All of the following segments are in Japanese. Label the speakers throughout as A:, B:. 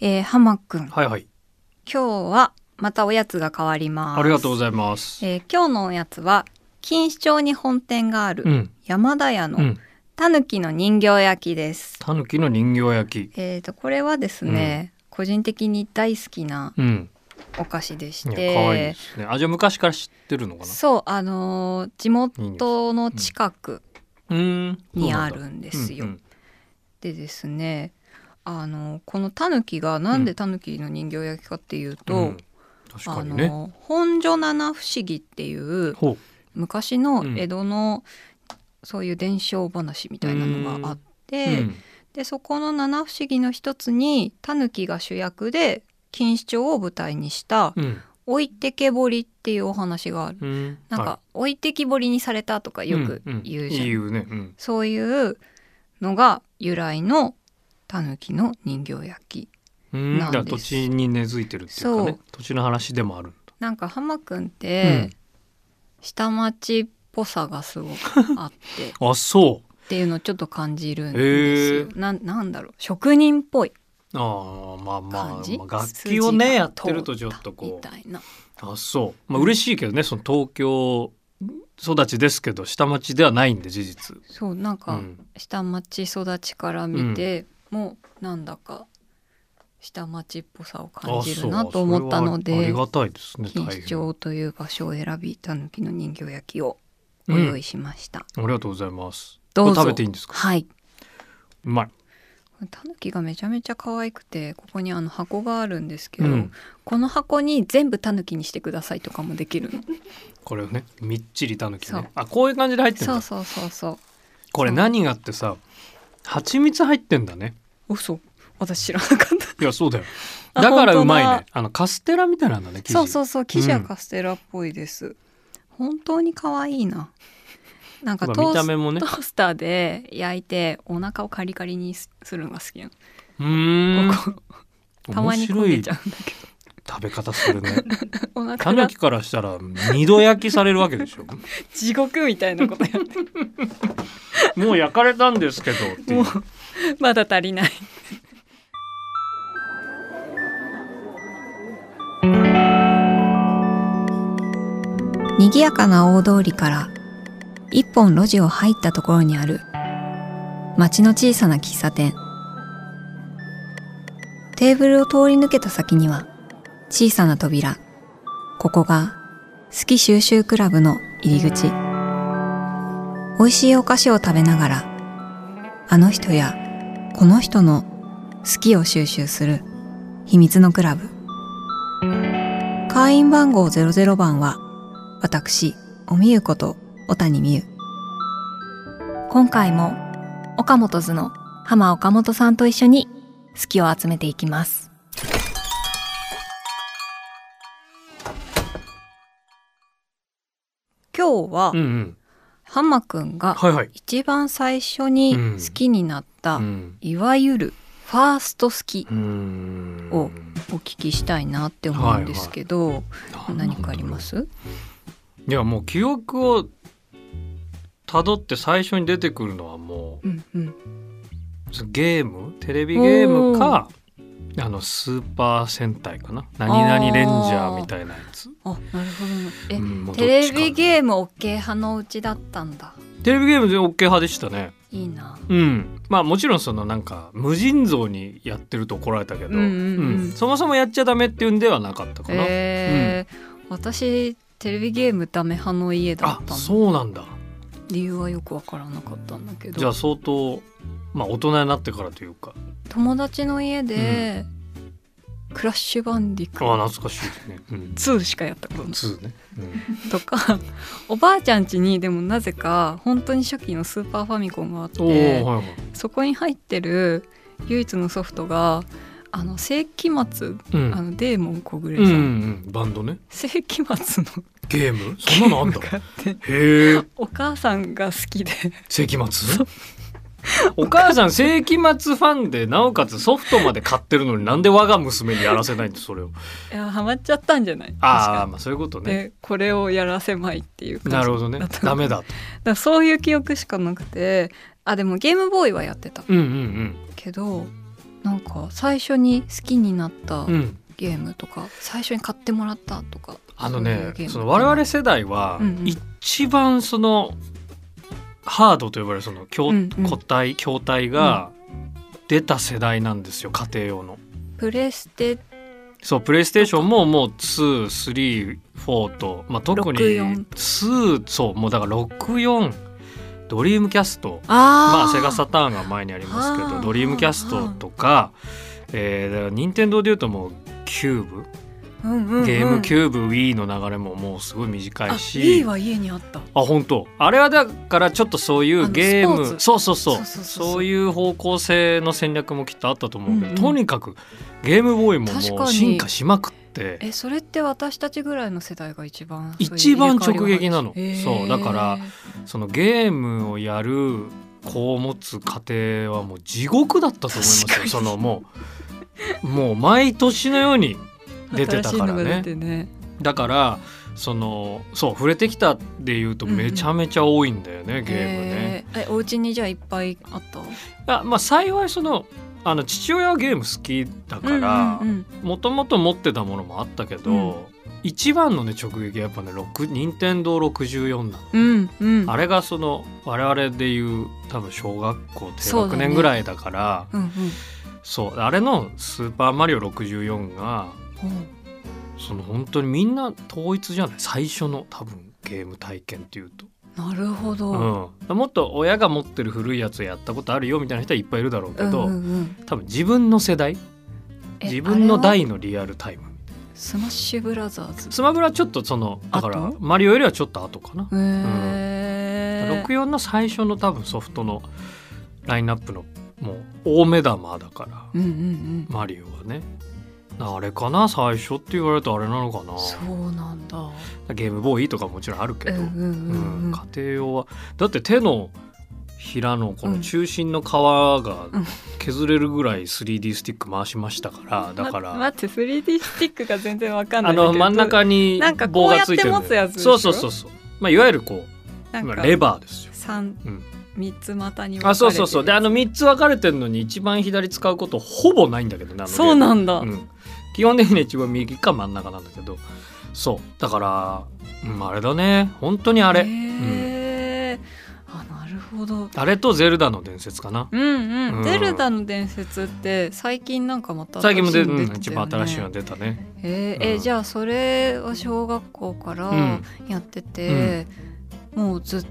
A: えー、浜くん、
B: はいはい。
A: 今日はまたおやつが変わります。
B: ありがとうございます。
A: えー今日のおやつは、錦糸町に本店があ
B: う
A: る
B: ん。
A: 山田屋
B: う
A: の
B: ん。
A: たぬきの人形焼きです。
B: たぬきの人形焼き。
A: えっ、と、これはですね、個人的に大好きな
B: うん。
A: お菓子でし
B: いや、可
A: て、
B: 愛いですね。あ、じゃあ昔から知ってるのかな。
A: そう、あのー地元の近く
B: うーん。
A: にあ
B: そうなんだ
A: るんですよ。
B: うんうん
A: でですね、あのーこのたぬきがなんでたぬきの人形焼きかっていうと、
B: うん確か
A: あ
B: にね。
A: の本所七不思議っていう
B: ほう。
A: 昔の江戸のそういう伝承話みたいなのがあって、
B: うん
A: でそこの七不思議の一つにタヌキが主役で錦糸町を舞台にした
B: うん。
A: 「置いてけぼり」っていうお話がある。
B: うん。
A: なんか、
B: は
A: 置いてきぼりにされたとか
B: い
A: よく言うじゃん、
B: 言うね。うん。
A: そういうのが由来のタヌキの人形焼き
B: うん。
A: な
B: だ
A: ん
B: か
A: で
B: ら
A: す
B: 土地に根付いてるっていうかね。土地の話でもあるんだ。
A: なんか浜くんって、下町っぽさがすごくあってっ
B: あ、そう。
A: ていうのをちょっと感じるん
B: へ
A: ですよ
B: ー
A: なんなんだろう職人っぽい
B: ああ、まあまあ、ま
A: 感じ、
B: あ楽器をね、
A: 筋
B: や
A: が
B: っ
A: 通
B: てるとちょっとこう
A: た。みたいな
B: あそうまあ嬉しいけどねその東京育ちですけど下町ではないんで事実、
A: そうなん
B: う
A: か
B: ん、
A: 下町育ちから見て、もうなんだか下町っぽさを感じるなと思ったの
B: あそう
A: で
B: それはありがたいですね
A: 錦
B: 大
A: 糸
B: 変
A: 町という場所を選びたぬきの人形焼きをご用意しました、
B: ありがとうございます
A: どうぞ
B: これ食べていいんですか
A: はいう
B: まい
A: タヌキがめちゃめちゃ可愛くてここにあの箱があるんですけど、
B: うん
A: この箱に全部タヌキにしてくださいとかもできるの、
B: これをねみっちりたぬき
A: そう
B: ねあこういう感じで入ってん
A: そう
B: だ
A: そうそうそう
B: これ何がってさ蜂蜜入ってんだね
A: 嘘私知らなかった
B: いやそうだよ
A: あ
B: だか
A: 本
B: らう
A: 当だ
B: まいねあのカステラみたいなんだね生地
A: そうそうそう生地は
B: うん
A: カステラっぽいです、本当に可愛いななんか
B: ま
A: ト
B: あ見
A: ー
B: た
A: ス,、
B: 目もね
A: トースターで焼いてお腹をカリカリにすするのが好きな
B: うーん
A: の、ここたまに焦げちゃ
B: 面
A: うんだけ
B: 白い食べ方するね
A: どお
B: た
A: 腹
B: ぬ
A: が
B: きからしたら二度焼きされるわけでしょ
A: 地獄みたいなことやって
B: もう焼かれたんですけどっていう
A: もう まだ足りない賑やかな大通りから一本路地を入ったところにある町の小さな喫茶店テーブルを通り抜けた先には小さな扉ここが好き収集クラブの入り口美味しいお菓子を食べながらあの人やこの人の好きを収集する秘密のクラブ会員番号00番は私おみゆこと小谷美優今回も岡本図の浜岡本さんと一緒に好きを集めていきます今日は
B: うんうん
A: 浜くんが
B: はいはい、
A: 一番最初に好きになった、
B: うん、
A: いわゆるファースト好き
B: うーん
A: おお聞きしたいなって思うんですけど、何かあります
B: いやもう記憶をたどって最初に出てくるのはも
A: うんうん
B: うゲームテレビゲームかあのスーパー戦隊かな何々レンジャーみたいなやつ
A: あなるほどえ、
B: うんもうどっ
A: テ
B: ち
A: レ
B: か
A: ビゲーム OK 派のうちだったんだ
B: テレビゲームで OK 派でしたね
A: いいな
B: うんまあもちろんそのなんか無尽蔵にやってると怒られたけ
A: う
B: ど、
A: んうんうん
B: そもそもやっちゃダメっていうんではなかったかな、
A: えー私テレビゲームダメ派の家だ
B: あ
A: ったの
B: そうなんだ
A: 理由はよくわからなかったんだけ
B: じゃあ
A: ど
B: 相当まあ大人になってからというか
A: 友達の家で、クラッシュバンディク
B: ああ懐かしいですね、 うん、
A: 2しかやったことない
B: 2ね、
A: とか おばあちゃん家にでもなぜか本当に初期のスーパーファミコンがあっ
B: うん、おおー、
A: て
B: はいはい
A: そこに入ってる唯一のソフトがあの世紀末、
B: うん
A: あのデーモン小暮
B: う
A: さ、
B: んうんん、バンドね
A: 世紀末の
B: ゲームそんなのあんだ
A: ゲームがあって
B: へえ
A: お母さんが好きで
B: 世紀末お母さん世紀末ファンでなおかつソフトまで買ってるのになんで我が娘にやらせないんでそれを
A: いやハマっちゃったんじゃない
B: ああ
A: 確か
B: まあそういうこと
A: に
B: ね
A: でこれをやらせまいっていう感じ
B: なるほど ね
A: だった
B: ダ
A: だか
B: メだと
A: らそういう記憶しかなくてあでもゲームボーイはやってた
B: うんうん
A: けどなんか最初に好きになった
B: うん、
A: ゲームとか、最初に買ってもらったとか
B: あの
A: そういう
B: ね
A: ゲーム
B: その我々世代は
A: うんうん
B: 一番そのハードと呼ばれるその筐
A: うんうん
B: 個体筐体が出た世代なんですよ家庭用の。
A: プレステ
B: そうプレイステーションももう234と、まあ、特に
A: 64
B: 2そうもうだから64ドリームキャスト
A: あ
B: まあセガサターンが前にありますけ
A: あ
B: ど
A: ー
B: ドリームキャストとかえーだから任天堂でいうともうキューブゲームキ
A: ュ
B: ューブ Wii の流れももうすごい短いし、
A: あ Wii は家にあった
B: あ本当あれはだからちょっとそうい
A: あ
B: う
A: のス
B: ゲー
A: ポー
B: ム
A: ツ
B: そうそうそ
A: そ
B: う
A: うそうそうそう
B: そういう方向性の戦略もきっとあったと思う
A: う
B: けど、
A: んうん
B: とにかくゲームボーイも
A: 確
B: も
A: か
B: う
A: に
B: 進化しまくって
A: えそれって私たちぐらいの世代が一番そういう
B: 一番直撃なの
A: 入れ替わり
B: そうだ
A: が
B: から
A: 激しい
B: そのゲームをやる子を持つ家庭はもう地獄だったと思います
A: 確か
B: よ
A: に
B: そのもうもう毎年のように
A: へー
B: 出てたからね
A: 新しいのが出てね
B: だからそのそう触れてきたでいうと
A: うんうん
B: めちゃめちゃ多いんだよね、ゲームね。
A: へーえお家にじゃあいっぱいあった
B: あまあ幸いそのあの父親はゲーム好きだから
A: うんうん
B: もともと持ってたものもあったけど、
A: うん
B: 一番のね直撃はやっぱね6任天堂64なの、
A: うんうんうん
B: あれがその我々でいう多分小学校低
A: そう
B: 学
A: だね
B: 年ぐらいだから
A: うんうん
B: そう,、あれの「スーパーマリオ64」がその本当にみんな統一じゃない最初の多分ゲーム体験っていうと、
A: うんなるほど、
B: うん、もっと親が持ってる古いやつやったことあるよみたいな人はいっぱいいるだろうけ
A: うん
B: ど、
A: うんうん
B: 多分自分の世代
A: え
B: 自分の
A: あれは
B: 代のリアルタイム
A: スマッシュブラザーズ
B: スマブラはちょっとそのだから
A: 後
B: マリオよりはちょっと後かな、
A: へえ、
B: 64の最初の多分ソフトのラインナップのもう大目玉だから、
A: うんうん
B: マリオはねあれかな最初って言われるとあれなのか
A: う
B: なん
A: そうなんだ
B: ゲームボーイとかもちろんあるけ
A: うん
B: ど、
A: うんうんう
B: うんん家庭用はだって手のひらのこの中心の皮が
A: うん
B: 削れるぐらい 3D スティック回しましたから、だから、
A: ま待って 3D スティックが全然わかんな
B: あ
A: いんだけど
B: の真ん中に
A: なんかこ
B: 棒
A: うや
B: が
A: って
B: ついてるんだよ
A: 持つやつでし
B: そ
A: ょ
B: うそうそうそうまあいわゆるこう
A: なん
B: ま
A: か
B: あレバーですよ
A: 三
B: うん
A: 三つ股に分かれてる
B: あそうそうそうであの3つ分かれてるのに一番左使うことほぼないんだけどねあの
A: そうなんだ、
B: レバーうん基本的には一番右か真ん中なんだけどそうだから、うん、あれだね本当にあれ、
A: へえ、あなるほど
B: あれとゼルダの伝説かな
A: うんうん、
B: うん
A: ゼルダの伝説って最近なんかまた
B: 最近も出
A: 新
B: う
A: しいの
B: ん
A: 出て
B: 一
A: たよ
B: 番
A: ね
B: 新しいの出たね
A: えーえ
B: うん
A: じゃあそれは小学校からやってて、もうずっ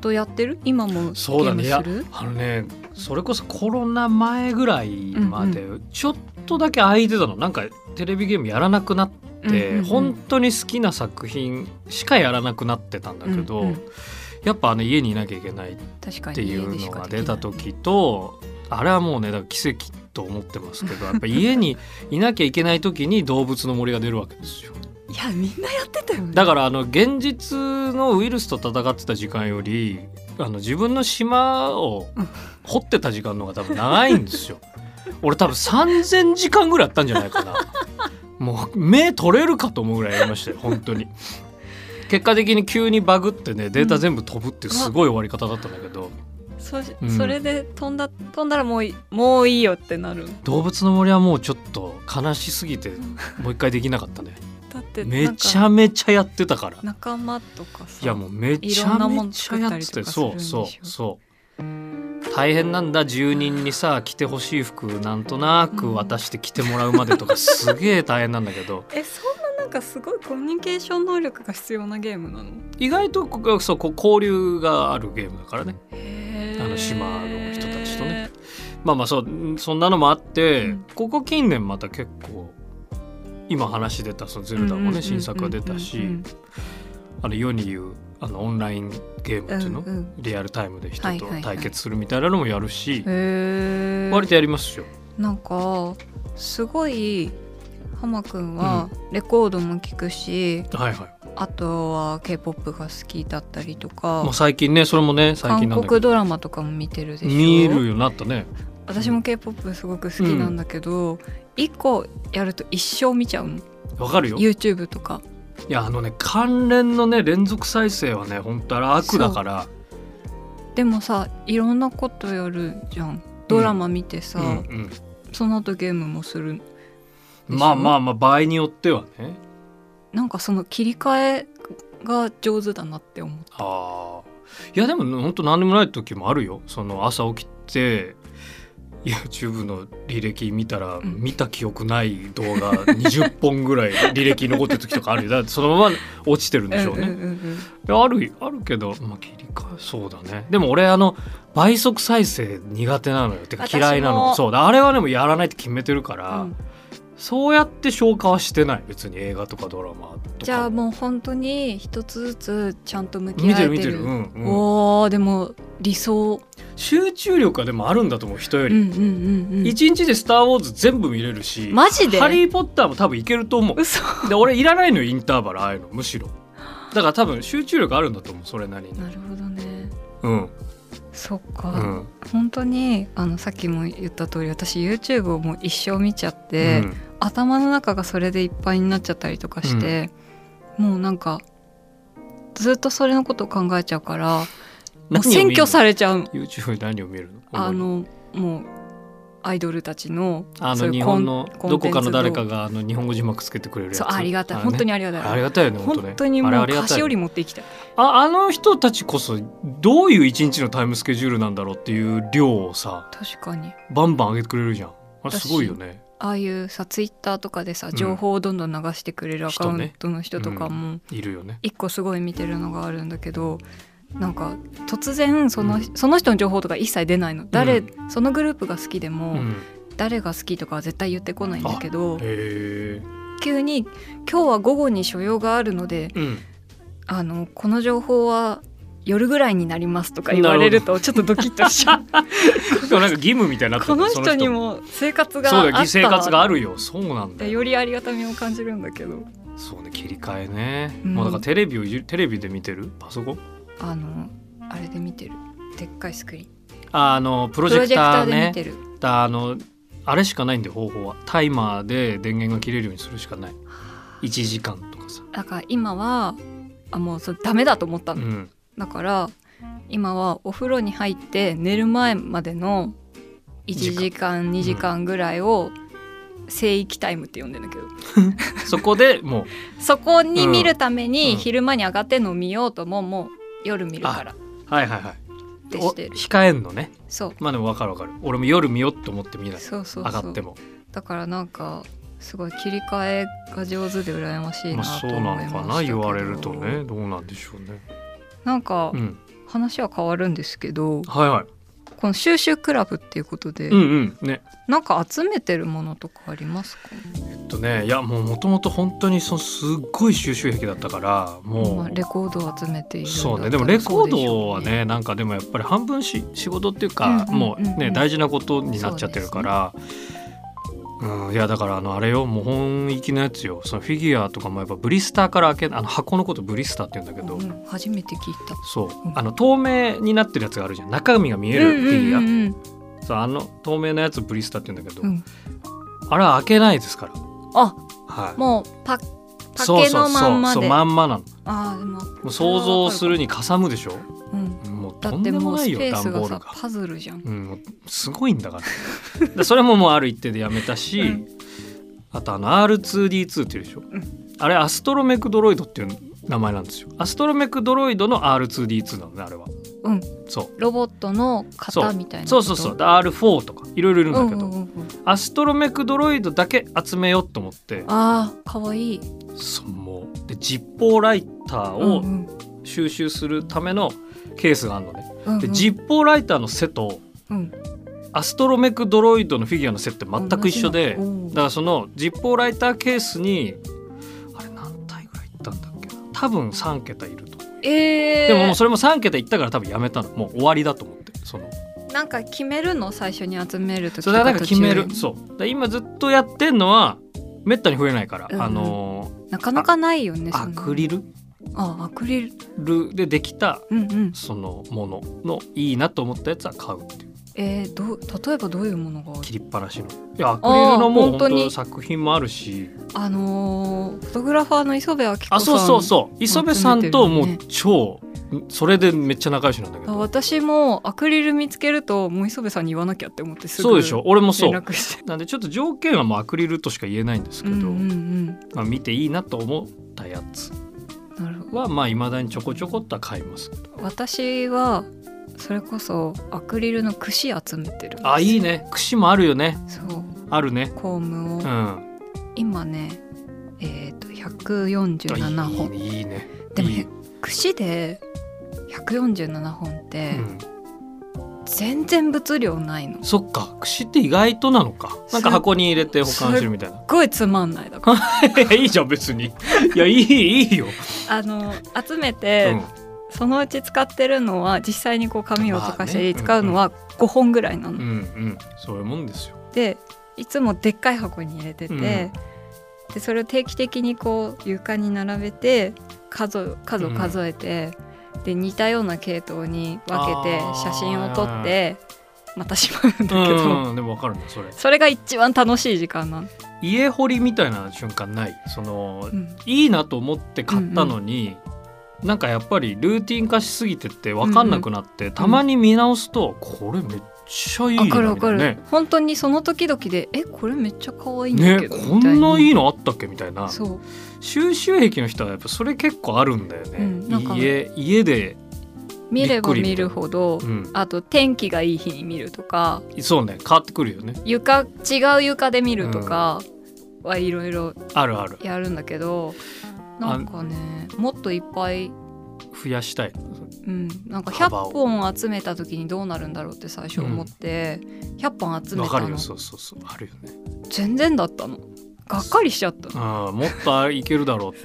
A: とやってる今もゲ
B: そうだ
A: ーム
B: ねい
A: す
B: や
A: る
B: あのねそれこそコロナ前ぐらいまでちょっとだけ空いてたのなんかテレビゲームやらなくなってっ
A: う
B: て、
A: んうんうん
B: 本当に好きな作品しかやらなくなってたんだけど、
A: うんうん
B: やっぱあの家にいなきゃいけないっ
A: 確かに
B: ていう
A: 家でし
B: の
A: か
B: が
A: できな
B: 出
A: い
B: た時とあれはもうねだから奇跡と思ってますけどやっぱ家にいなきゃいけない時に動物の森が出るわけですよ
A: いやみんなやってたよね
B: だからあの現実のウイルスと戦ってた時間よりあの自分の島を
A: うん
B: 掘ってた時間の方が多分長いんですよ 俺多分3,000時間ぐらいあったんじゃないかなもう目取れるかと思うぐらいやりましたよ本当に結果的に急にバグってねデータ全部飛ぶっていうすごい終わり方だったんだけど、
A: そし
B: うん
A: それで飛んだ飛んだらもういいもういいよってなる
B: 動物の森はもうちょっと悲しすぎてもう一回できなかったね
A: だって
B: め
A: なん
B: ち
A: か
B: ゃめちゃやってたから
A: 仲間とかさ
B: いやもうめち
A: いろ
B: ゃ
A: んなも
B: め
A: ん
B: ちゃ
A: 作
B: や
A: っ
B: った
A: り
B: て
A: と
B: て
A: か
B: そう
A: するんでし
B: そう
A: ょ
B: そう大変なんだ住人にさ着てほしい服なんとなく渡して着てもらうまでとかすげえ大変なんだけ ど
A: えそんななんかすごいコミュニケーション能力が必要なゲームなの
B: 意外とここそうこう交流があるゲームだからね
A: へー
B: あの島の人たちとねまあまあそうんそんなのもあって、
A: うん
B: ここ近年また結構今話出たそのゼルダもね新作が出た
A: うんうんうん
B: しあの世に言うあのオンラインゲームっていうの、
A: うんうん
B: リアルタイムで人
A: はい
B: と
A: はいはい
B: 対決するみたいなのもやるし、
A: へー
B: 割とやりますよ。
A: なんかすごい浜くんはレコードも聴くし、
B: はいはい。
A: あとは k p o p が好きだったりとか、
B: まあ、最近ねそれもね最近
A: 韓
B: なんだけ
A: 国
B: ど
A: ドラマとかも見てるでしょ
B: 見るようになったね
A: 私も k p o p すごく好きなんだけど、一個やると一生見ちゃうもん
B: わかるよい
A: YouTube とか
B: やあのね関連のね連続再生はね本当あれ悪だから
A: でもさいろんなことやるじゃんドラマ見てさ、
B: うんうん
A: その後ゲームもする
B: まあま
A: あ
B: あまあ場合によってはね
A: なんかその切り替えが上手だなって思う
B: ああいやでも本当何でもない時もあるよその朝起きて YouTube の履歴見たら
A: ん
B: 見た記憶ない動画20本ぐらい履歴残ってる時とかあるよだってそのまま落ちてるんでしょうね、
A: んうんうん
B: いやあるあるけど、まあ、切り替えそうだねでも俺あの倍速再生苦手なのよてか
A: 私も
B: 嫌いなのそうだあれはでもやらないって決めてるから、
A: うん
B: そうやって消化はしてない別に映画とかドラマとか
A: じゃあもう本当に一つずつちゃんと向き
B: 見
A: 合
B: て
A: えてる
B: る見てる、うんうん、
A: おーでも理想
B: 集中力はでもあるんだと思う人よ
A: うんう
B: り、
A: んうんうん
B: 一日で「スター・ウォーズ」全部見れるし
A: マジで
B: ハリー・ポッター」も多分いけると思
A: 嘘
B: うで俺いらないのよインターバルああいうのむしろだから多分集中力あるんだと思うそれなりに
A: なるほどね
B: うん
A: そっ
B: う
A: か、
B: ん
A: 本当にあのさっきも言った通り私 YouTube をもう一生見ちゃっ
B: う
A: て、
B: ん
A: 頭の中がそれでいっぱいになっちゃったりとかして、もうなんかずっとそれのことを考えちゃうからもう
B: 何を
A: 占
B: 見る
A: 拠
B: の
A: されちゃう
B: YouTube で何を見るの
A: あのもうアイドルたちの
B: あ
A: そうい
B: の
A: う
B: 日本の
A: コン
B: どこかの誰か
A: コンテンツ
B: があの日本語字幕つけてくれるやつ
A: そうありがたい、
B: あれね
A: 本当にありがたい
B: ありがたいよね
A: 本当にも
B: あ
A: う
B: れありが
A: 菓
B: た
A: 子
B: い
A: よ
B: よね
A: り持っていきたい
B: ああの人たちこそどういう一日のタイムスケジュールなんだろうっていう量をさ
A: 確かに
B: バンバン上げてくれるじゃんあれすごいよね
A: ああいうさツイッターとかでさ
B: ん
A: 情報をどんどん流してくれるアカウ
B: 人
A: ン
B: ね
A: トの人とかも、
B: いるよね
A: 一個すごい見てるのがあるんだけどなんか突然その,、その人の情報とか一切出ないの誰、そのグループが好きでも、
B: うん
A: 誰が好きとかは絶対言ってこないんだけど
B: へえ
A: 急に「今日は午後に所用があるので
B: うん
A: あのこの情報は夜ぐらいになります」とか言われるとちょっとドキッとしちゃ う
B: でもなんか義務みたいになって
A: こ
B: る
A: の
B: そ
A: 人にも生活が
B: そうだ
A: あっ
B: よ
A: た
B: 生活があるよそうなんだ
A: で
B: よ
A: よりありがたみを感じるんだけど
B: そうね切り替えね、
A: うん
B: もうだからテレビをいじテレビで見てるパソコン
A: あのあれで見てるでっかいスクリーン
B: ああのプロ
A: プ
B: ジェ
A: ロ
B: ク
A: ジェク
B: タ
A: タ
B: ー
A: ーで
B: ね
A: 見てる、
B: だあのあれしかないんで方法はタイマーで電源が切れるようにするしかない1時間とかさ、
A: だから今はあもうそれダメだと思った
B: う
A: の、
B: ん、
A: だから今はお風呂に入って寝る前までの1
B: 時間
A: 時間2時間ぐらいを聖域タイムって呼んでんだけど、
B: そこでもう
A: そこに見るため
B: うんう
A: に
B: ん
A: 昼間に上がってんのを見ようとももう夜見るから
B: はいはいはい
A: ってして
B: お
A: る
B: 控えんのね
A: そう
B: まあでも分かる分かる俺も夜見ようと思って見ない
A: そうそう
B: 上が
A: そ
B: っ
A: う
B: ても
A: だからなんかすごい切り替えが上手で羨ましい
B: ま
A: な
B: あ
A: と
B: そう
A: 思いま
B: な
A: した
B: の
A: けど、
B: かな言われるとねどうなんでしょうね
A: なんか
B: うん
A: 話は変わるんですけど、
B: はいはい
A: この収集クラブっていうことで、
B: うんうんね
A: なんか集めてるものとかありますか
B: えっとねいやもうもともと本当にそのすっごい収集癖だったからも
A: まあ
B: う
A: レコードを集めているんだったら
B: そうねでもレコード
A: そう
B: は
A: でしょう
B: ねなんかでもやっぱり半分し仕事っていうか、
A: うんうんうん
B: も
A: うん
B: うね大事なことになっちゃってるからう、ん、いやだからあのあれよもう本意気のやつよそのフィギュアとかもやっぱブリスターから開けあの箱のことブリスターって言うんだけど、
A: うん初めて聞いた
B: そう
A: うん
B: あの透明になってるやつがあるじゃん中身が見えるフィギュア、
A: うんうん
B: そうあの透明なやつブリスターって言うんだけど、
A: うんうん
B: あれは開けないですから、
A: あ
B: はい、
A: もうパッパ
B: そう
A: ケ
B: そ
A: の
B: う
A: まんま
B: そうそう
A: で
B: まんまなのも
A: あーでも
B: う想像するにかさむでしょ
A: うん
B: もう
A: だ
B: と
A: っ
B: ん
A: て
B: でも
A: もう
B: な
A: ス
B: いよ
A: ペー
B: 段
A: スが
B: ボール
A: さ
B: が。
A: パズルじゃん
B: うん、すごいんだから だそれももうある一定でやめたし、
A: うん
B: あとあの R2D2 っていうでしょ、
A: ん
B: あれアストロメクドロイドっていう名前なんですよアストロメクドロイドの R2D2 なんだあれは
A: うん
B: そう
A: ロボットの型みたいな
B: そうそうそうで R4 とかいろいろいるんだけど、
A: うんうんうんうん
B: アストロメクドロイドだけ集めようと思って
A: あーかわいい
B: そもうでジッポーライター
A: うんう
B: を
A: ん
B: 収集するためのケースがあるのね、
A: うんうん
B: でジッポーライターの背と、
A: うん
B: アストロメクドロイドのフィギュアのセット全く一緒で
A: 同じのおう
B: だからそのジッポーライターケースにあれ何体ぐらいいったんだっけな多分3桁いると
A: えー
B: でももうそれも3桁いったから多分やめたのもう終わりだと思ってその
A: なんか決めるの最初に集めるとき
B: それはなんか決め
A: と
B: る
A: か途中
B: そうだから今ずっとやってんのはめったに増えないから、
A: うん
B: あの
A: なかなかないよね
B: アクリル
A: ルあアクリル
B: でできた
A: うんうん
B: そのもののいいなと思ったやつは買うっていう
A: えー、どう例えばどういうものがある
B: 切りっぱなしのいやアクリルのも
A: 本
B: う本
A: 当
B: 当
A: に
B: に作品もあるし
A: あのー、フォトグラファーの磯部明子さん
B: あそうそうそう磯部さんともう超それでめっちゃ仲良しなんだけ
A: あ
B: ど
A: 私もアクリル見つけるともう磯部さんに言わなきゃって思ってすぐ
B: そうでしょ俺もそ
A: 連
B: う
A: 絡して
B: なんでちょっと条件はもうアクリルとしか言えないんですけ
A: う
B: ど、
A: んうんうん
B: まあ、見ていいなと思ったやつ
A: なるほど
B: はまあいまだにちょこちょこっとは買いますけど
A: 私はそれこそアクリルの櫛集めてるんです
B: あいいね櫛もあるよね
A: そう
B: あるね
A: コームを、
B: うん
A: 今ねえっ、と147
B: あいい
A: 本
B: ねいいね
A: でも
B: いい
A: 櫛で147本って
B: うん
A: 全然物量ないの、す
B: そっか櫛って意外となのかなんか箱に入れて保管してるみたいな
A: っごいつまんないだから
B: い やいいじゃん別 にいやいいいいよ、
A: あの集め
B: う
A: て、
B: ん
A: そのうち使ってるのは実際にこう紙を溶かし
B: まあね
A: て使うのは5本ぐらいなの、
B: うんうんそういうもんですよ
A: でいつもでっかい箱に入れてて、
B: うん
A: でそれを定期的にこう床に並べて数数を数えて、で似たような系統に分けて
B: あー
A: 写真を撮ってまたしまうんだけど、
B: うん、でもわかるねそれ
A: それが一番楽しい時間なの。
B: 家掘りみたいな瞬間ないその、
A: うん
B: いいなと思って買ったのに、なんかやっぱりルーティン化しすぎてって分かんなくなって、たまに見直すとこれめっちゃいいな
A: わかるわかる、
B: みたいなね
A: 本当にその時々で「えこれめっちゃ可愛いんだ
B: ね
A: けど」
B: こ
A: みたい
B: ん
A: な
B: ないいのあったっけみたいな
A: そう
B: 収集癖の人はやっぱそれ結構あるんだよね、
A: うんなんか
B: 家家で、
A: 見れば
B: びっくりみたい
A: 見る
B: な
A: ほど、
B: うん、
A: あと天気がいい日に見るとか
B: そうね変わってくるよね
A: 床違う床で見るとかはいろいろ
B: あるある
A: やるんだけど、なんかねもっといっぱい、
B: 増やしたい
A: うん、なんか100
B: 幅を
A: 本集めた時にどうなるんだろうって最初思って、100本集め
B: わか
A: た
B: るよ
A: の
B: そうそうそうあるよね
A: 全然だったのがっかりしちゃったの。
B: ああもっとあいけるだろうって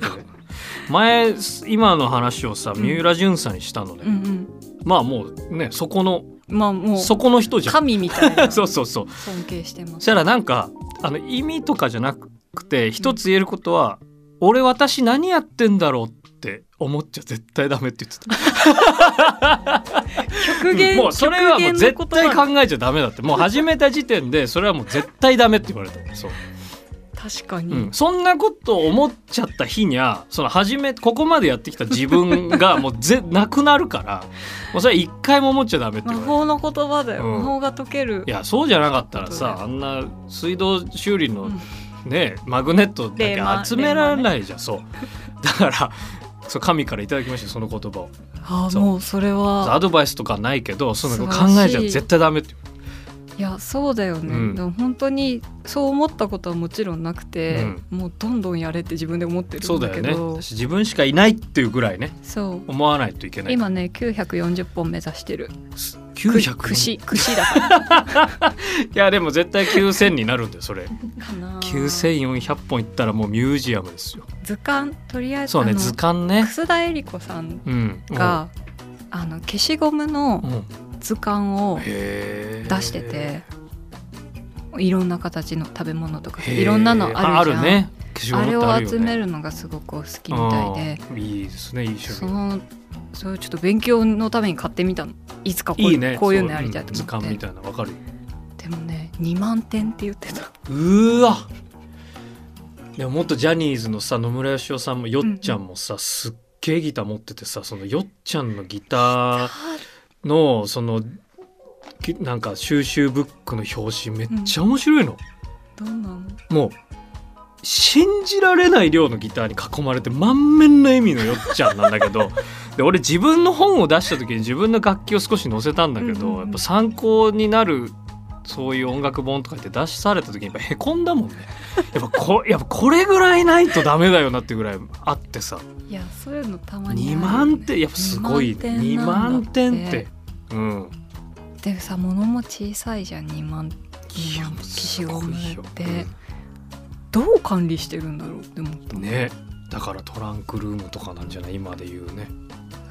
B: 前今の話をさ
A: うん
B: 三浦淳さんにしたのね、
A: うんうん、
B: まあもうねそこの
A: まあもう
B: そこの人じゃん
A: 神みたいな
B: そう
A: 尊
B: そうそう
A: 敬してま
B: そし
A: す。
B: たらなんかあの意味とかじゃなくて一つ言えることは、俺私何やってんだろうって思っちゃ絶対ダメって言ってた
A: 極限
B: もうそれはもう絶
A: 極
B: 対
A: 限の言葉
B: 考えちゃダメだってもう始めた時点でそれはもう絶対ダメって言われたそう、
A: 確かに、
B: うん、そんなこと思っちゃった日にゃその始めここまでやってきた自分 がもうぜなくなるからもうそれは一回も思っちゃダメって
A: 魔
B: 言われた
A: 法の言葉だよ、
B: うん
A: 魔法が解ける
B: いやそうじゃなかったらさあんな水道修理の
A: うん
B: ねマグネットだ
A: レーマ
B: け集められないじゃんそうだからそう神からいただきましたその言葉を
A: ああ
B: そう
A: もうそれは
B: アドバイスとかないけどその
A: 素晴
B: 考
A: らしい
B: えじゃ絶対ダメって
A: いやそうだよね、
B: うん
A: でも本当にそう思ったことはもちろんなくて、もうどんどんやれって自分で思って
B: そ
A: る
B: うん
A: だ
B: だよ
A: け
B: ね
A: ど
B: 私自分しかいないっていうぐらいね
A: そう,、
B: 思わないといけない
A: 今ね940本目指してるく
B: 900
A: 串串だから
B: いやでも絶対9000になるんだ よそれ
A: か な
B: 9400本いったらもうミュージアムですよ
A: 図鑑とりあえず
B: そうね
A: あの
B: 図鑑ね
A: 楠田絵理子さん
B: うん
A: が、あの消しゴムの
B: うんうん
A: 図鑑を
B: へー
A: 出してて、いろんな形の食べ物とか
B: へー
A: いろんなのあるじゃん
B: あるね消しゴム
A: あ
B: って
A: れを
B: あるよね
A: 集めるのがすごくお好きみたいで。
B: うんいいですねいい趣
A: そ
B: 味
A: のそれをちょっと勉強のために買ってみたのいつかこう
B: いいね
A: こういうの
B: そ
A: やりたい
B: ん図
A: と思
B: 鑑
A: っ
B: み
A: て
B: たいなわかる
A: でもね2万点って言ってた
B: うーわでももっとジャニーズのさ野村芳生さんもよっちゃんもさ、すっげえギター持っててさそのよっちゃんのギターのそのきなんか収集ブックの表紙めっちゃ面白いの、
A: どうなの
B: もう信じられない量のギターに囲まれて満面の笑みのよっちゃんなんだけど で俺自分の本を出した時に自分の楽器を少し載せたんだけど、
A: うんうんうん
B: やっぱ参考になるそういう音楽本とかって出された時にやっぱへこんだもんねやっぱこ やっぱこれぐらいないとダメだよなってぐらいあってさ
A: いやそういうのたまにあるよ
B: 2
A: ね
B: 万点やっぱすごいね2
A: 2
B: 万
A: 万点
B: 点
A: なんだって
B: っ
A: て
B: うん
A: でさ物も小さいじゃん2万2万消しゴム
B: す
A: っ
B: ごい
A: て
B: よ
A: どう管理してるんだろうって思った
B: うんねだからトランクルームとかなんじゃない今で言うね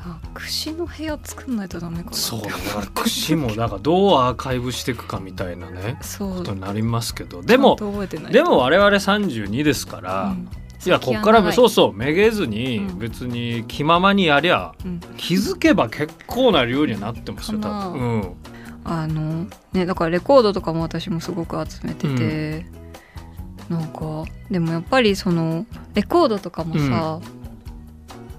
A: あ串の部屋作んないとダメかなって
B: そうだから櫛もなんかどうアーカイブしていくかみたいなね
A: そう
B: こと
A: ち
B: になりますけど
A: ゃ
B: で
A: んと
B: も
A: 覚えてない
B: でも我々32ですから、
A: うん
B: いやこっからもそうそうめげずに
A: うん
B: 別に気ままにやりゃ
A: うん
B: 気づけば結構な量にはなってますよ
A: かな
B: 多分、うん、
A: あのねだからレコードとかも私もすごく集めてて、なんかでもやっぱりそのレコードとかもさ、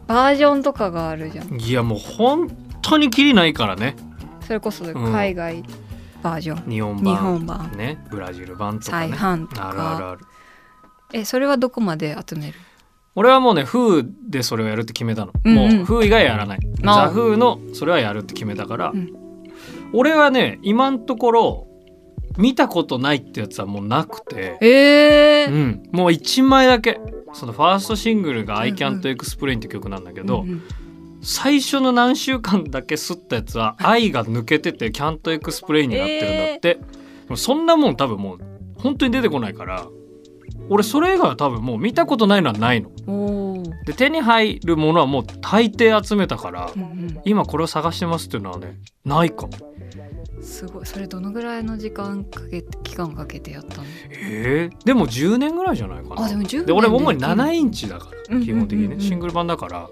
A: バージョンとかがあるじゃん
B: いやもう本当にキリないからね
A: それこそ
B: ん
A: 海外バージョン、
B: 日本版
A: 日本版
B: ねブラジル版とか
A: 再
B: ね
A: 販とか
B: あるあるある
A: えそれはどこまで集める
B: 俺はもうね「風でそれをやるって決めたの、
A: うんうん
B: もう「風以外やらない「
A: ああ
B: ザ・風のそれはやるって決めたから、
A: うん
B: 俺はね今のところ見たことないってやつはもうなくて、
A: ええ
B: うん、もう1枚だけそのファーストシングルが
A: うん
B: 「
A: うん
B: I can't explain」って曲なんだけど、
A: うんうん
B: 最初の何週間だけ吸ったやつは愛が抜けててキャントエクスプレインになってるんだって、でもそんなもん多分もう本当に出てこないから俺それ以外は多分もう見たことないのはないの。
A: おー
B: で手に入るものはもう大抵集めたから
A: うん
B: 今これを探してますっていうのはねないかも。
A: うん、すごいそれどのぐらいの時間かけて期間かけてやったの
B: えー、でも10年ぐらいじゃないかな。
A: あでも10年
B: で俺主に
A: で
B: 7インチだから、
A: うん
B: 基本的に
A: うんうんう
B: ね
A: ん
B: シングル版だから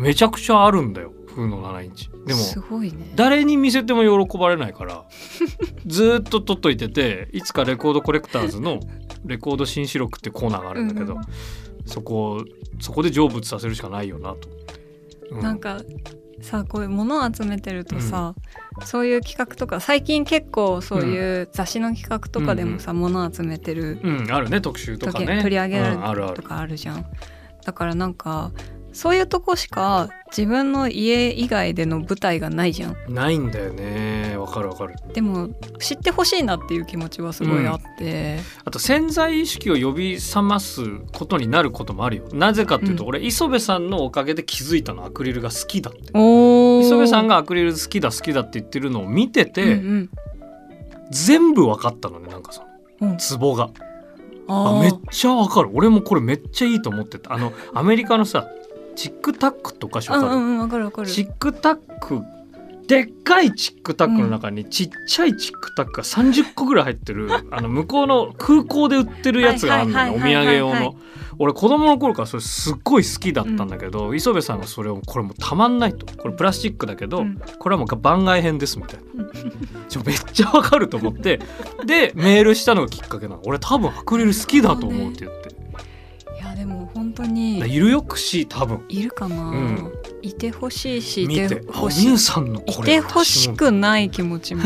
B: めちゃくちゃあるんだよ風の7インチ。でも
A: すごいね
B: 誰に見せても喜ばれないから ずーっと撮っといてていつかレコードコレクターズの「レコード新四録」ってコーナーがあるんだけど、
A: うん
B: そこそこで成仏させるしかないよなと。うん
A: なんかさこういうものを集めてるとさ、そういう企画とか最近結構そういう雑誌の企画とかでもさ、ものを集めてる
B: うん、あるね特集とか
A: 時、
B: ね
A: 取り上げられ
B: うんあるあ
A: ると
B: る
A: かあるじゃん、だからなんかそういうとこしか自分の家以外での舞台がないじゃん
B: ないんだよねわかるわかる
A: でも知ってほしいなっていう気持ちはすごいあって、
B: あと潜在意識を呼び覚ますことになることもあるよなぜかっていうと、
A: う
B: 俺磯部さんのおかげで気づいたのアクリルが好きだって
A: おー
B: 磯部さんがアクリル好きだ好きだって言ってるのを見てて、
A: うん
B: 全部わかったのねなんかその
A: うんうん、
B: ツボが
A: あー
B: あめっちゃわかる俺もこれめっちゃいいと思ってたあのアメリカのさチックタックとかし
A: う
B: わ
A: ん
B: か
A: う
B: る、
A: んうんわかるわかる
B: チックタックでっかいチックタックの中にちっちゃいチックタックが30個ぐらい入って るあの向こうの空港で売ってるやつがあるの
A: はい
B: よ
A: はい
B: お
A: はい
B: 土
A: はい
B: 産
A: はい
B: 用の俺子供の頃からそれすっごい好きだったんだけど、磯部さんがそれをこれもうたまんないとこれプラスチックだけど、
A: うん
B: これはもう番外編ですみたいなちょめっちゃわかると思ってでメールしたのがきっかけなの俺多分アクリル好きだと思うって言って、
A: いやでも本当
B: だから
A: に
B: いるよくし多分
A: いるかな、
B: うん
A: いてほしいしい
B: 見
A: て
B: てあお
A: ほしい
B: 兄さんの
A: い
B: これ
A: てほしくない気持ち も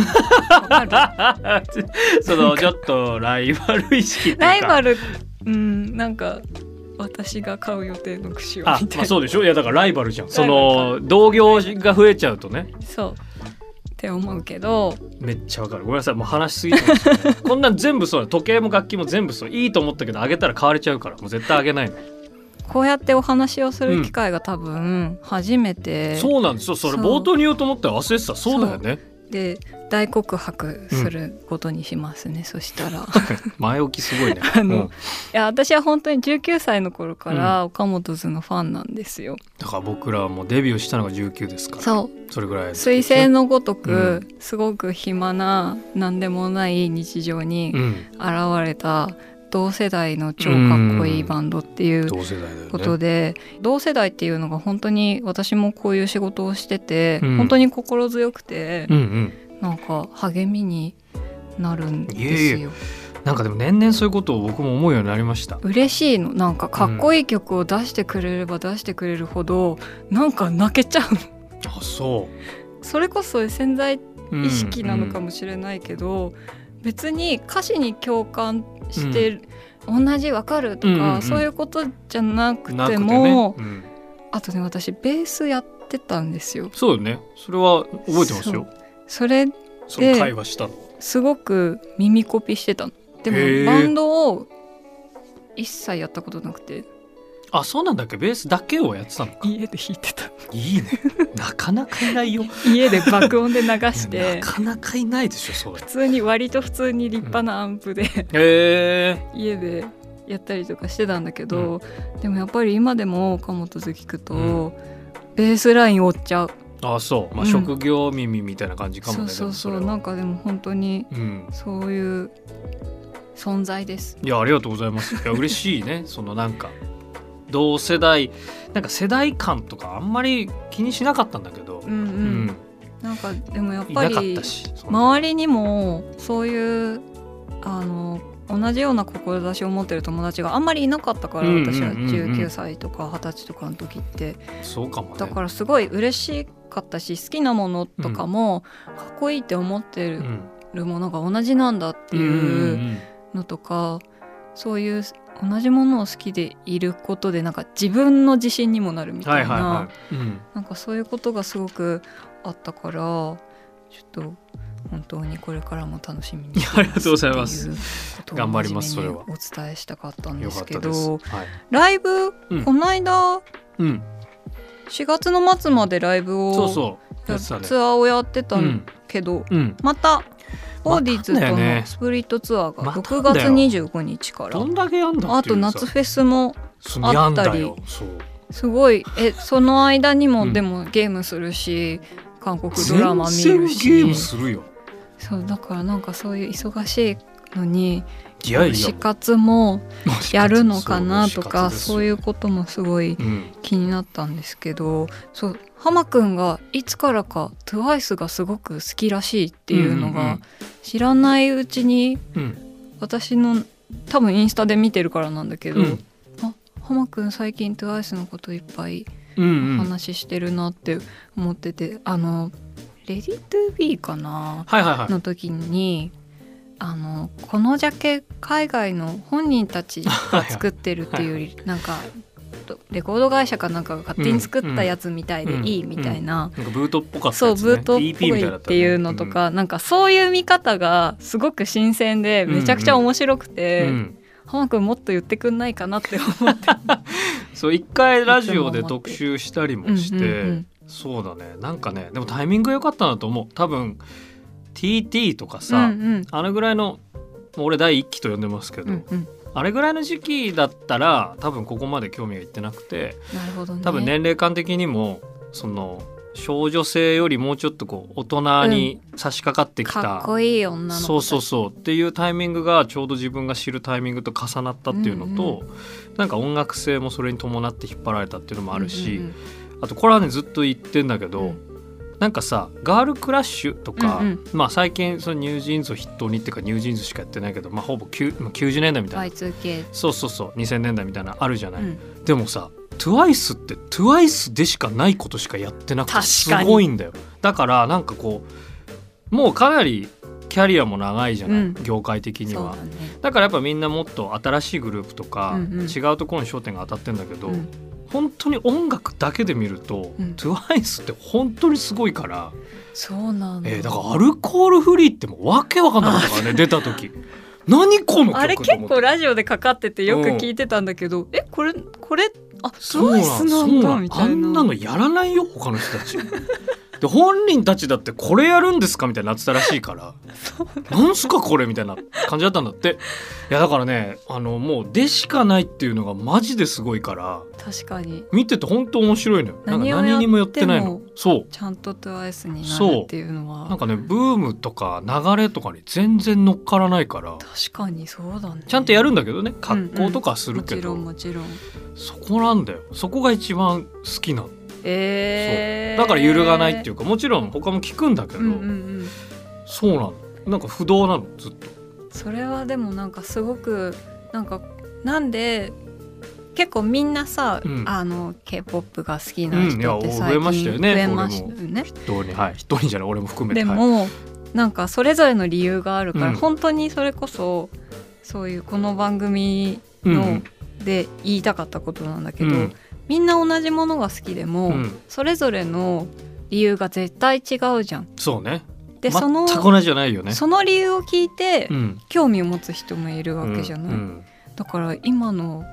A: わかる
B: 私も そのちょっとライバル意識っていうか
A: ライバルうんなんか私が買う予定の櫛を
B: あ
A: み、たい
B: ま
A: な
B: あ、
A: そ
B: そうでしょいやだからライバルじゃんそ
A: ライバ
B: の同業が増えちゃうとね
A: うって思うけど
B: めっちゃわかるごめんなさいもう話しすぎてましたねこんなん全部そうだ時計も楽器も全部そういいと思ったけどあげたら買われちゃうからもう絶対あげないの、
A: こうやってお話をする機会が多分初めて、
B: そうなんですよそれ
A: そう
B: 冒頭に言おうと思ったら忘れてたそうだよね
A: で大告白することにしますね、そしたら い
B: 前置きすごいね
A: あの
B: うん
A: や私は本当に19歳の頃から岡本図のファンなんですよ、
B: だから僕らはもうデビューしたのが19ですから
A: そう
B: それぐらいです
A: 彗星のごとく、すごく暇な何でもない日常に
B: うん
A: 現れた同世代の超かっこいいバンドっていう
B: 同世代だよね
A: ことで、同世代っていうのが本当に私もこういう仕事をしてて、
B: うん
A: 本当に心強くて
B: う、んうん
A: なんか励みになるんですよ。
B: いえいなんかでも年々そういうことを僕も思うようになりました
A: 嬉しいのなんかかっこいい曲を出してくれれば出してくれるほど、なんか泣けちゃうの
B: あそ
A: それこそ潜在
B: う、
A: 意識なのか
B: も、
A: もしれないけど、別に歌詞に共感して、同じわかるとか、
B: うんうんうん
A: そういうことじゃなく
B: うんなく
A: て
B: て
A: も
B: ね、うん
A: あとね私ベースやってたんですよ
B: そうよねそれは覚えてますよ
A: それ
B: その会話したの
A: すごく耳コピしてたので
B: へ
A: も
B: ー
A: バンドを一切やったことなくて
B: あそうなんだっけベースだけをやってたの
A: 家で弾いてた
B: いいねなかなかいないよ
A: 家で爆音で流し
B: な
A: て
B: かなかいないでしょそれ
A: 普通に割と普通に立派なアンプで
B: へえ
A: 家でやったりとかしてたんだけど、でもやっぱり今でも岡本図聞くと、
B: う
A: ベースライン追っちゃう
B: あそう、まあ
A: うん
B: 職業耳みたいな感じかも
A: そ
B: ね
A: うそうそう
B: でもれ
A: な
B: は
A: んかでも本当に
B: うん
A: そういう存在です
B: いやありがとうございます。いや嬉しいね そのなんか同世代なんか世代間とかあんまり気にしなかったんだけど、
A: うんうん、
B: うん
A: なんかでもやっ
B: い
A: ぱ
B: なかっ
A: り
B: たし、そんな
A: 周りにもそういうあの同じような志を持ってる友達があんまりいなかったから
B: うんうんうんうん
A: 私は19歳とか20歳とかの時って
B: そうかもね
A: だからすごい嬉しかったし好きなものとかもかっこいいって思って
B: うん
A: るるものが同じなんだって
B: うんうんう
A: いうんのとかそういう同じものを好きでいることでなんか自分の自信にもなるみ
B: は
A: た
B: い
A: い
B: はい
A: な
B: はい、うん、
A: なんかそういうことがすごくあったからちょっと本当にこれからも楽しみにして
B: いやありがとうございます
A: っていうことを
B: 頑張ります
A: 真面目に
B: それ
A: お伝えしたかったんで
B: よか
A: す
B: っ
A: け
B: たです。
A: ど
B: はい、
A: ライブ、
B: うん
A: この間
B: うん、
A: 4月の末までライブを
B: そうそう、
A: や
B: や
A: っ
B: ってたね。
A: ツアーをやってた
B: うん
A: けど、
B: うん、
A: またオーディーズと
B: またね
A: のスプリットツアーが
B: また
A: 6
B: だ
A: 月
B: よ
A: 25日から、
B: どんだけやんだ
A: あ
B: ってい
A: と
B: うさ
A: 夏フェスも
B: そうやんだ
A: あっ
B: よ。そう。
A: すごいえその間にも、
B: うん
A: でもゲームするし韓国ド
B: 全
A: ラマ見
B: 然
A: る
B: ゲーム
A: し
B: するよ。
A: そうだからなんかそういう忙しいのに
B: いやいや。
A: 推し活も
B: もう
A: やるのかなとか
B: 推し活です
A: そういうこともすごい
B: うん。
A: 気になったんですけどそう浜くんがいつからか TWICE がすごく好きらしいっていうの
B: うんうんう
A: が
B: ん
A: 知らないうちに
B: うん。
A: 私の多分インスタで見てるからなんだけど、
B: うん
A: あ浜くん最近 TWICE のこといっぱい
B: うんうん。
A: 話してるなって思ってて、あの「レディ・トゥ・ビー」かな
B: はいはいはい。
A: の時にあのこのジャケ海外の本人た ちが作ってるっていうよりなんかとレコード会社かなんかが勝手に作ったやつみたいでいいみたいな。
B: なんかブートっぽかった
A: そう
B: やつね。
A: ブートっ
B: EP
A: ぽ
B: みた
A: い
B: いだ
A: ったていうのと。か、なんかそういう見方がすごく新鮮でめちゃくちゃ面白く
B: うん
A: て、
B: うん。
A: 浜くんもっと言ってくんないかなって思って
B: そう一回ラジオで特集したりもし
A: うんうんう
B: て
A: ん、
B: そうだね。なんかね、でもタイミングが良かったなと思う。多分 TT とか
A: うん
B: さ、
A: うん
B: あのぐらいの。もう俺第一期と呼んでますけ
A: う
B: ど、
A: んうん
B: あれぐらいの時期だったら多分ここまで興味がいってなくて
A: なるほどね
B: 多分年齢感的にもその少女性よりもうちょっとこう大人に差し掛かってき
A: か
B: た
A: っ、こいい女の子たち
B: そうそうそうっていうタイミングがちょうど自分が知るタイミングと重なったっていうのと、なんか音楽性もそれに伴って引っ張られたっていうのもあるし、
A: うんうん
B: あとこれはねずっと言ってんだけど、
A: うん
B: なんかさガールクラッシュとか、
A: うんうん
B: まあ、最近そのニュージーンズを筆頭にっていうかニュージーンズしかやってないけど、まあ、ほぼきゅまあ90年代みたいな、
A: Y2K
B: そうそうそう2000年代みたいなのあるじゃない。
A: うん
B: でもさ TWICE って TWICE でしかないことしかやってなく
A: 確か
B: て
A: に
B: すごいんだよだからなんかこうもうかなりキャリアも長いじゃない、
A: うん
B: 業界的に
A: そう
B: は
A: だね
B: だからやっぱみんなもっと新しいグループとか、
A: うんうん
B: 違うところに焦点が当たってんだけど、
A: うん
B: 本当に音楽だけで見ると、
A: うん
B: TWICE って本当にすごいから、
A: そうなんだ、
B: えーだからアルコールフリーってもうわけわかんなかったからね出た時何この曲
A: あれ
B: と思
A: 結
B: って
A: 構ラジオでかかっててよく聞いてたんだけど、えこれこれあ
B: そ
A: そう
B: う
A: イ
B: な
A: ス
B: ん
A: なん
B: そう
A: だ
B: ん
A: み
B: あ
A: たいなん
B: なのやらないよ他の人たちで本人たちだってこれやるんですかみたいになってたらしいからなんすかこれみたいな感じだったんだっていやだからねあのもうでしかないっていうのがマジですごいから
A: 確かに
B: 見てて本当面白いのよなんか
A: 何を
B: 何にもやってない
A: やっ
B: の
A: て
B: そう
A: ちゃんと TWICE にな
B: そう
A: るっていうのは
B: なんかねブームとか流れとかに全然乗っからないから
A: 確かにそうだね
B: ちゃんとやるんだけどね格好とかはす
A: も
B: るけ
A: ち
B: ど、
A: ろんもちろん
B: そこなんだよそこが一番好きなの
A: えー、
B: だから揺るがないっていううかもちろん他も聞くんだけど、
A: うんうんうん
B: そうなのなんか不動なのずっと
A: それはでもなんかすごくなんかなんで結構みんなさ、
B: うん
A: あの k p o p が好きな人って
B: うんいや
A: 最
B: 増え
A: 近
B: ましたよね
A: 増えましたよね
B: 人にはい人にじゃない俺も含めて
A: で
B: はい
A: も、なんかそれぞれの理由があるから、
B: うん
A: 本当にそれこそそういうこの番組
B: うん
A: ので言いたかったことなんだけ
B: う
A: ど、
B: ん
A: みんな同じものが好きでも、
B: うん
A: それぞれの理由が絶対違うじゃん。
B: そうね
A: でその
B: 全く同じじゃないよね
A: その理由を聞いて、
B: うん
A: 興味を持つ人もいるわけじゃない。
B: うん
A: だから今の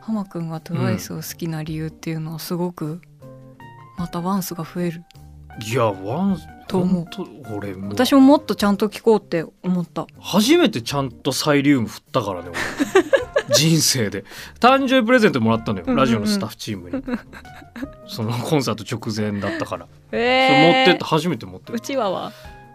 A: 浜くんが TWICE を好きな理由っていうのはすごくまたワンスが増える
B: いやワン
A: と思う
B: 本当俺も
A: 私ももっとちゃんと聞こうって思った
B: 初めてちゃんとサイリウム振ったからね 俺人生で誕生日プレゼントもらったのよ、
A: うんうんうん
B: ラジオのスタッフチ ームにそのコンサート直前だったから、それ持
A: え
B: ってって初めて持ってっ
A: うちわは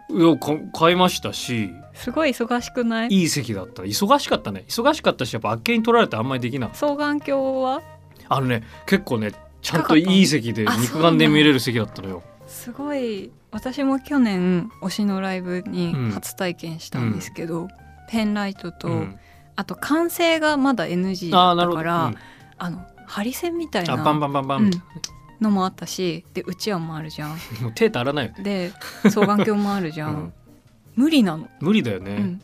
B: ていやか買いましたし
A: すごい忙しくない
B: いい席だった忙しかったね忙しかったしやっぱあっけに取られてあんまりできなかった
A: 双眼鏡は
B: あのね結構ねちゃんといい席
A: 高
B: で
A: かったの
B: 肉眼で見れる席だったのよ
A: すごい私も去年推しのライブに初体験したんですけど、ペンライトと、
B: うん
A: あと完成がまだ NG
B: あ
A: だ
B: あ
A: っ
B: なる
A: た
B: ほど、
A: か
B: うん、
A: らあ、
B: あ
A: のハリセンみたいな
B: バンバンバンバン
A: う
B: み
A: ん
B: たいな、
A: のもあったしでうちわもあるじゃん
B: もう手足らないよね、
A: で双眼鏡もあるじ
B: う
A: ゃん、
B: ん、
A: 無理なの、
B: 無理だよね、
A: うん、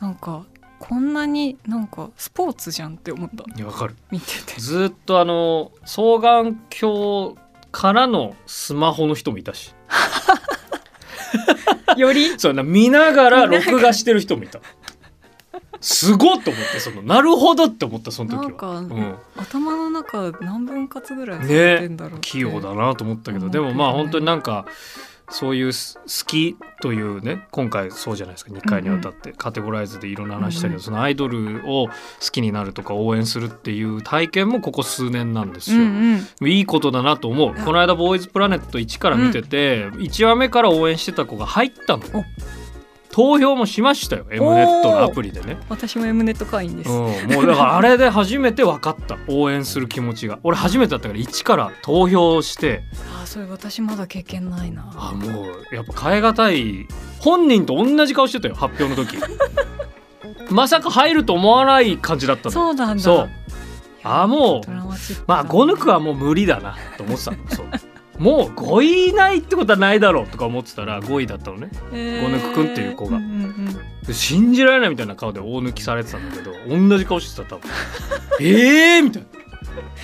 A: なんかこんなになんかスポーツじゃんって思った
B: いやわかる
A: 見てて
B: ずーっとあの双眼鏡からのスマホの人もい たしより そうな見ながら
A: 見ながら
B: 録画してる人もいたすごっと思ってそのなるほどって思ったその時は
A: なんか
B: うん、
A: 頭の中何分割ぐらい
B: ね
A: されてんだろうって
B: 器用だなと思ったけ
A: 思
B: ど、
A: うけ
B: で
A: どね
B: もまあ本当になんかそういうす好きというね今回そうじゃないですか2回にわたってカテゴライズでいろんな話したけど、
A: うんうん
B: そのアイドルを好きになるとか応援するっていう体験もここ数年なんです
A: う
B: よ。
A: んうん
B: いいことだなと思う
A: あ
B: この間「ボーイズプラネット」1から見てて、1話目から応援してた子が入ったの
C: お
B: 投票もしましたよ M ネットのアプリでね、
A: 私も M ネット会員です、
B: うん、もうだからあれで初めて分かった応援する気持ちが俺初めてだったから1から投票して
A: あーそれ私まだ経験ないな
B: あもうやっぱ変え難い本人と同じ顔してたよ発表 の時まさか入ると思わない感じだったの
A: そうなんだ
B: そうあーもう
A: ドラマチックだ
B: まあ5抜くはもう無理だなと思ってたのそうもう5位以内ってことはないだろうとか思ってたら5位だったのね
A: えー
B: ゴヌクくんっていう子が
A: んんうん
B: で信じられないみたいな顔で大抜きされてたんだけど同じ顔して た多分ええみたいなで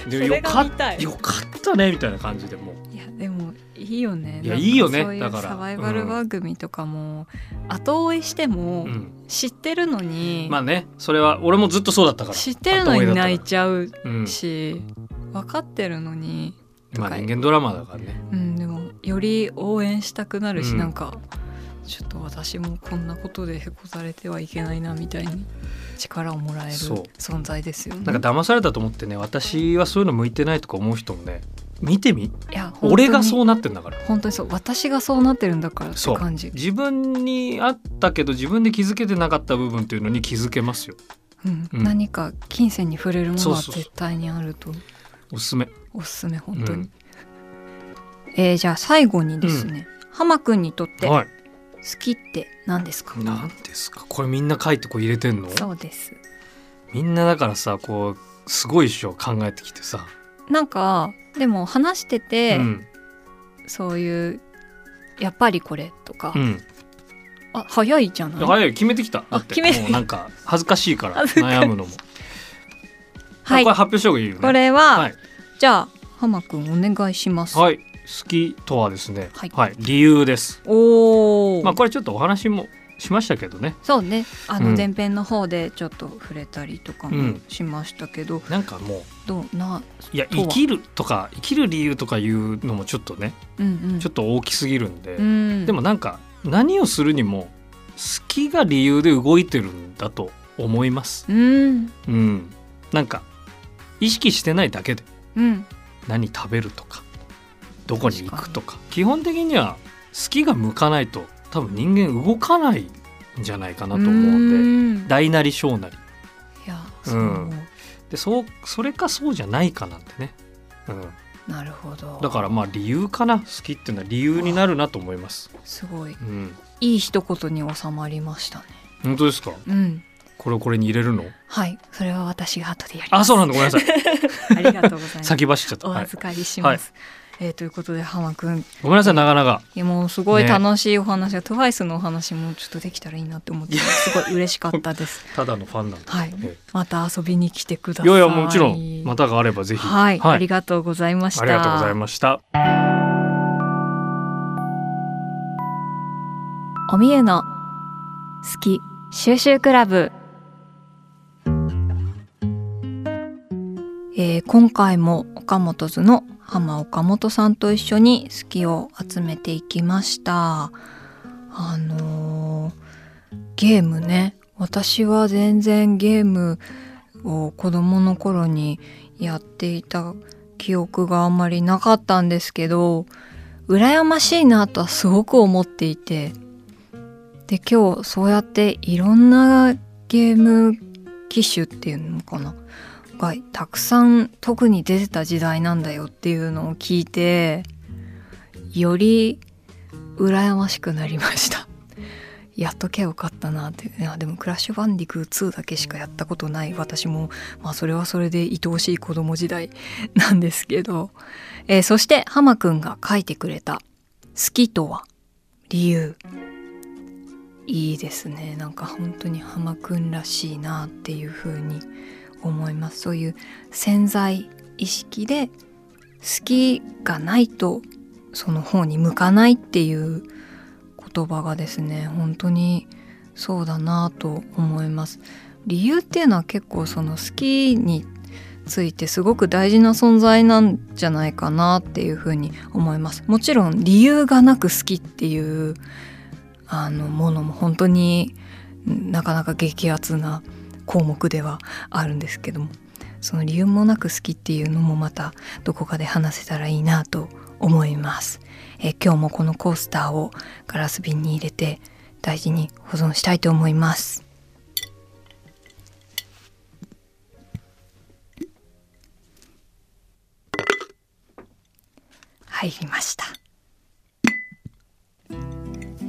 A: それ
B: よ
A: が
B: か
A: 見
B: った
A: い
B: よかったねみたいな感じでもう
A: いやでもいいよね
B: いや
A: なんか
B: いいよね
A: そういう
B: だから
A: サバイバル番組とかも、後追いしても
B: うん、
A: 知ってるのに、
B: まあねそれは俺もずっとそうだったか
A: 知ってるのに泣いちゃう
B: ら、うん、
A: し、分かってるのに、
B: まあ人間ドラマだからね
A: うん、でもより応援したくなるし、
B: うん
A: なんかちょっと私もこんなことでへこされてはいけないなみたいに力をもらえる
B: そう
A: 存在ですよね。
B: なんか騙されたと思ってね私はそういうの向いてないとか思う人もね見てみ
A: いや本当に
B: 俺がそうなってんだから
A: 本当にそう私がそうなってるんだからって
B: そう
A: 感じ。
B: 自分にあったけど自分で気づけてなかった部分っていうのに気づけますよ
A: うん
B: うん
A: 何か金銭に触れるもの
B: そう
A: は
B: そうそう
A: 絶対にあると
B: おすすめ
A: おすすめ本当に、
B: うん
A: えーじゃあ最後にですね、浜くんにとって好
B: はい
A: きって何ですか、
B: 何ですかこれみんな書いてこう入れてんの
A: そうです
B: みんなだからさこうすごいっしょ考えてきてさ、
A: なんかでも話してて、
B: うん
A: そういうやっぱりこれとか、
B: うん
A: あ早いじゃない
B: 早い決めてきただ
A: あ
B: って
A: 決めて
B: もうなんか恥ずかしいから
A: 恥ずかしい
B: 悩むのも
A: はい
B: これ発表した方がいいよね
A: これは、
B: はい
A: じゃあ浜くんお願いします、
B: はい好きとはですね
A: はい
B: 理由です
A: おお、
B: まあこれちょっとお話もしましたけどね
A: そうねあの
B: うん
A: 前編の方でちょっと触れたりとか
B: う
A: も
B: ん
A: しましたけど、
B: なんかもう
A: どうない
B: や
A: とは
B: 生きるとか生きる理由とかいうのもちょっとね
A: うんうん
B: ちょっと大きすぎるんで、
A: うん
B: でもなんか何をするにも好きが理由で動いてるんだと思います。
A: うん
B: うん、なんか意識してないだけで
A: うん
B: 何食べるとかどこに行くとか基本的には好きが向かないと多分人間動かないんじゃないかなと思うんで
A: ん
B: 大なり小なり
A: いや、
B: うん
A: そう思
B: でそうそれかそうじゃないかなんてね、う
A: うなるほど
B: ん、だからまあ理由かな好きっていうのは理由になるなと思います。
A: すごい
B: うん、
A: いい一言に収まりましたね
B: 本当ですか
A: うん
B: これをこれに入れるの
A: はいそれは私が後でやります
B: あそうなんだごめんなさい
A: ありがとうございます
B: 先走っちゃった、
A: お
B: はい、
A: 預かりします、えーということで浜くんい
B: ごめんなさいなかなか
A: やもうすごい
B: ね
A: 楽しいお話が、トゥワイスのお話もちょっとできたらいいなって思ってすごい嬉しかったです
B: ただのファンなんで
A: はい
B: え
A: また遊びに来てくだ
B: い
A: さい
B: やいやもちろんまたがあればぜひ
A: はい、
B: はい
A: ありがとうございました
B: ありがとうございました
C: おみゆの好き収集クラブ
A: えー今回も岡本図の浜岡本さんと一緒に好きを集めていきましたあのーゲームね私は全然ゲームを子供の頃にやっていた記憶があんまりなかったんですけど羨ましいなとはすごく思っていてで今日そうやっていろんなゲーム機種っていうのかながたくさん特に出てた時代なんだよっていうのを聞いてより羨ましくなりました やっとけよかったなっていやでも「クラッシュバンディクー2」だけしかやったことない私も、まあ、それはそれで愛おしい子供時代なんですけど、えーそしてハマくんが書いてくれた「好きとは理由」いいですねなんか本当にハマくんらしいなっていうふうに思いますそういう潜在意識で好きがないとその方に向かないっていう言葉がですね本当にそうだなと思います理由っていうのは結構その好きについてすごく大事な存在なんじゃないかなっていうふうに思いますもちろん理由がなく好きっていうあのものも本当になかなか激アツな項目ではあるんですけどもその理由もなく好きっていうのもまたどこかで話せたらいいなと思います、えー今日もこのコースターをガラス瓶に入れて大事に保存したいと思います入りました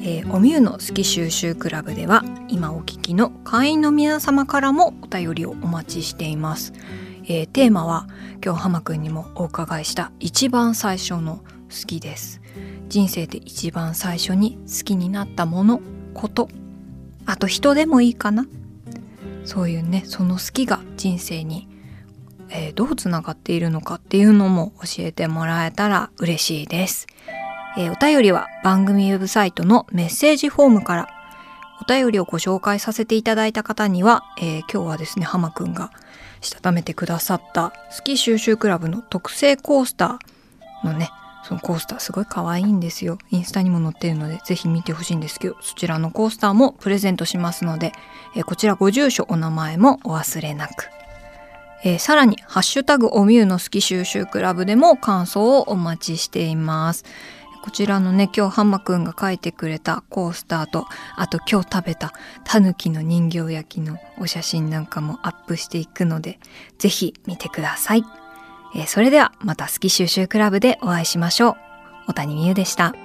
A: えー、おみゆの好き収集クラブでは今お聞きの会員の皆様からもお便りをお待ちしています、えーテーマは今日浜くんにもお伺いした一番最初の好きです人生で一番最初に好きになったものことあと人でもいいかなそういうねその好きが人生に、えーどうつながっているのかっていうのも教えてもらえたら嬉しいですえーお便りは番組ウェブサイトのメッセージフォームからお便りをご紹介させていただいた方には、えー今日はですね浜くんがしたためてくださったスキー収集クラブの特製コースターのねそのコースターすごい可愛いんですよインスタにも載っているのでぜひ見てほしいんですけどそちらのコースターもプレゼントしますので、えーこちらご住所お名前もお忘れなくえーさらに「ハッシュタグおみゆの好き収集クラブ」でも感想をお待ちしていますこちらのね今日ハンマくんが書いてくれたコースターとあと今日食べたタヌキの人形焼きのお写真なんかもアップしていくのでぜひ見てください、えーそれではまた好き収集クラブでお会いしましょう小谷美優でした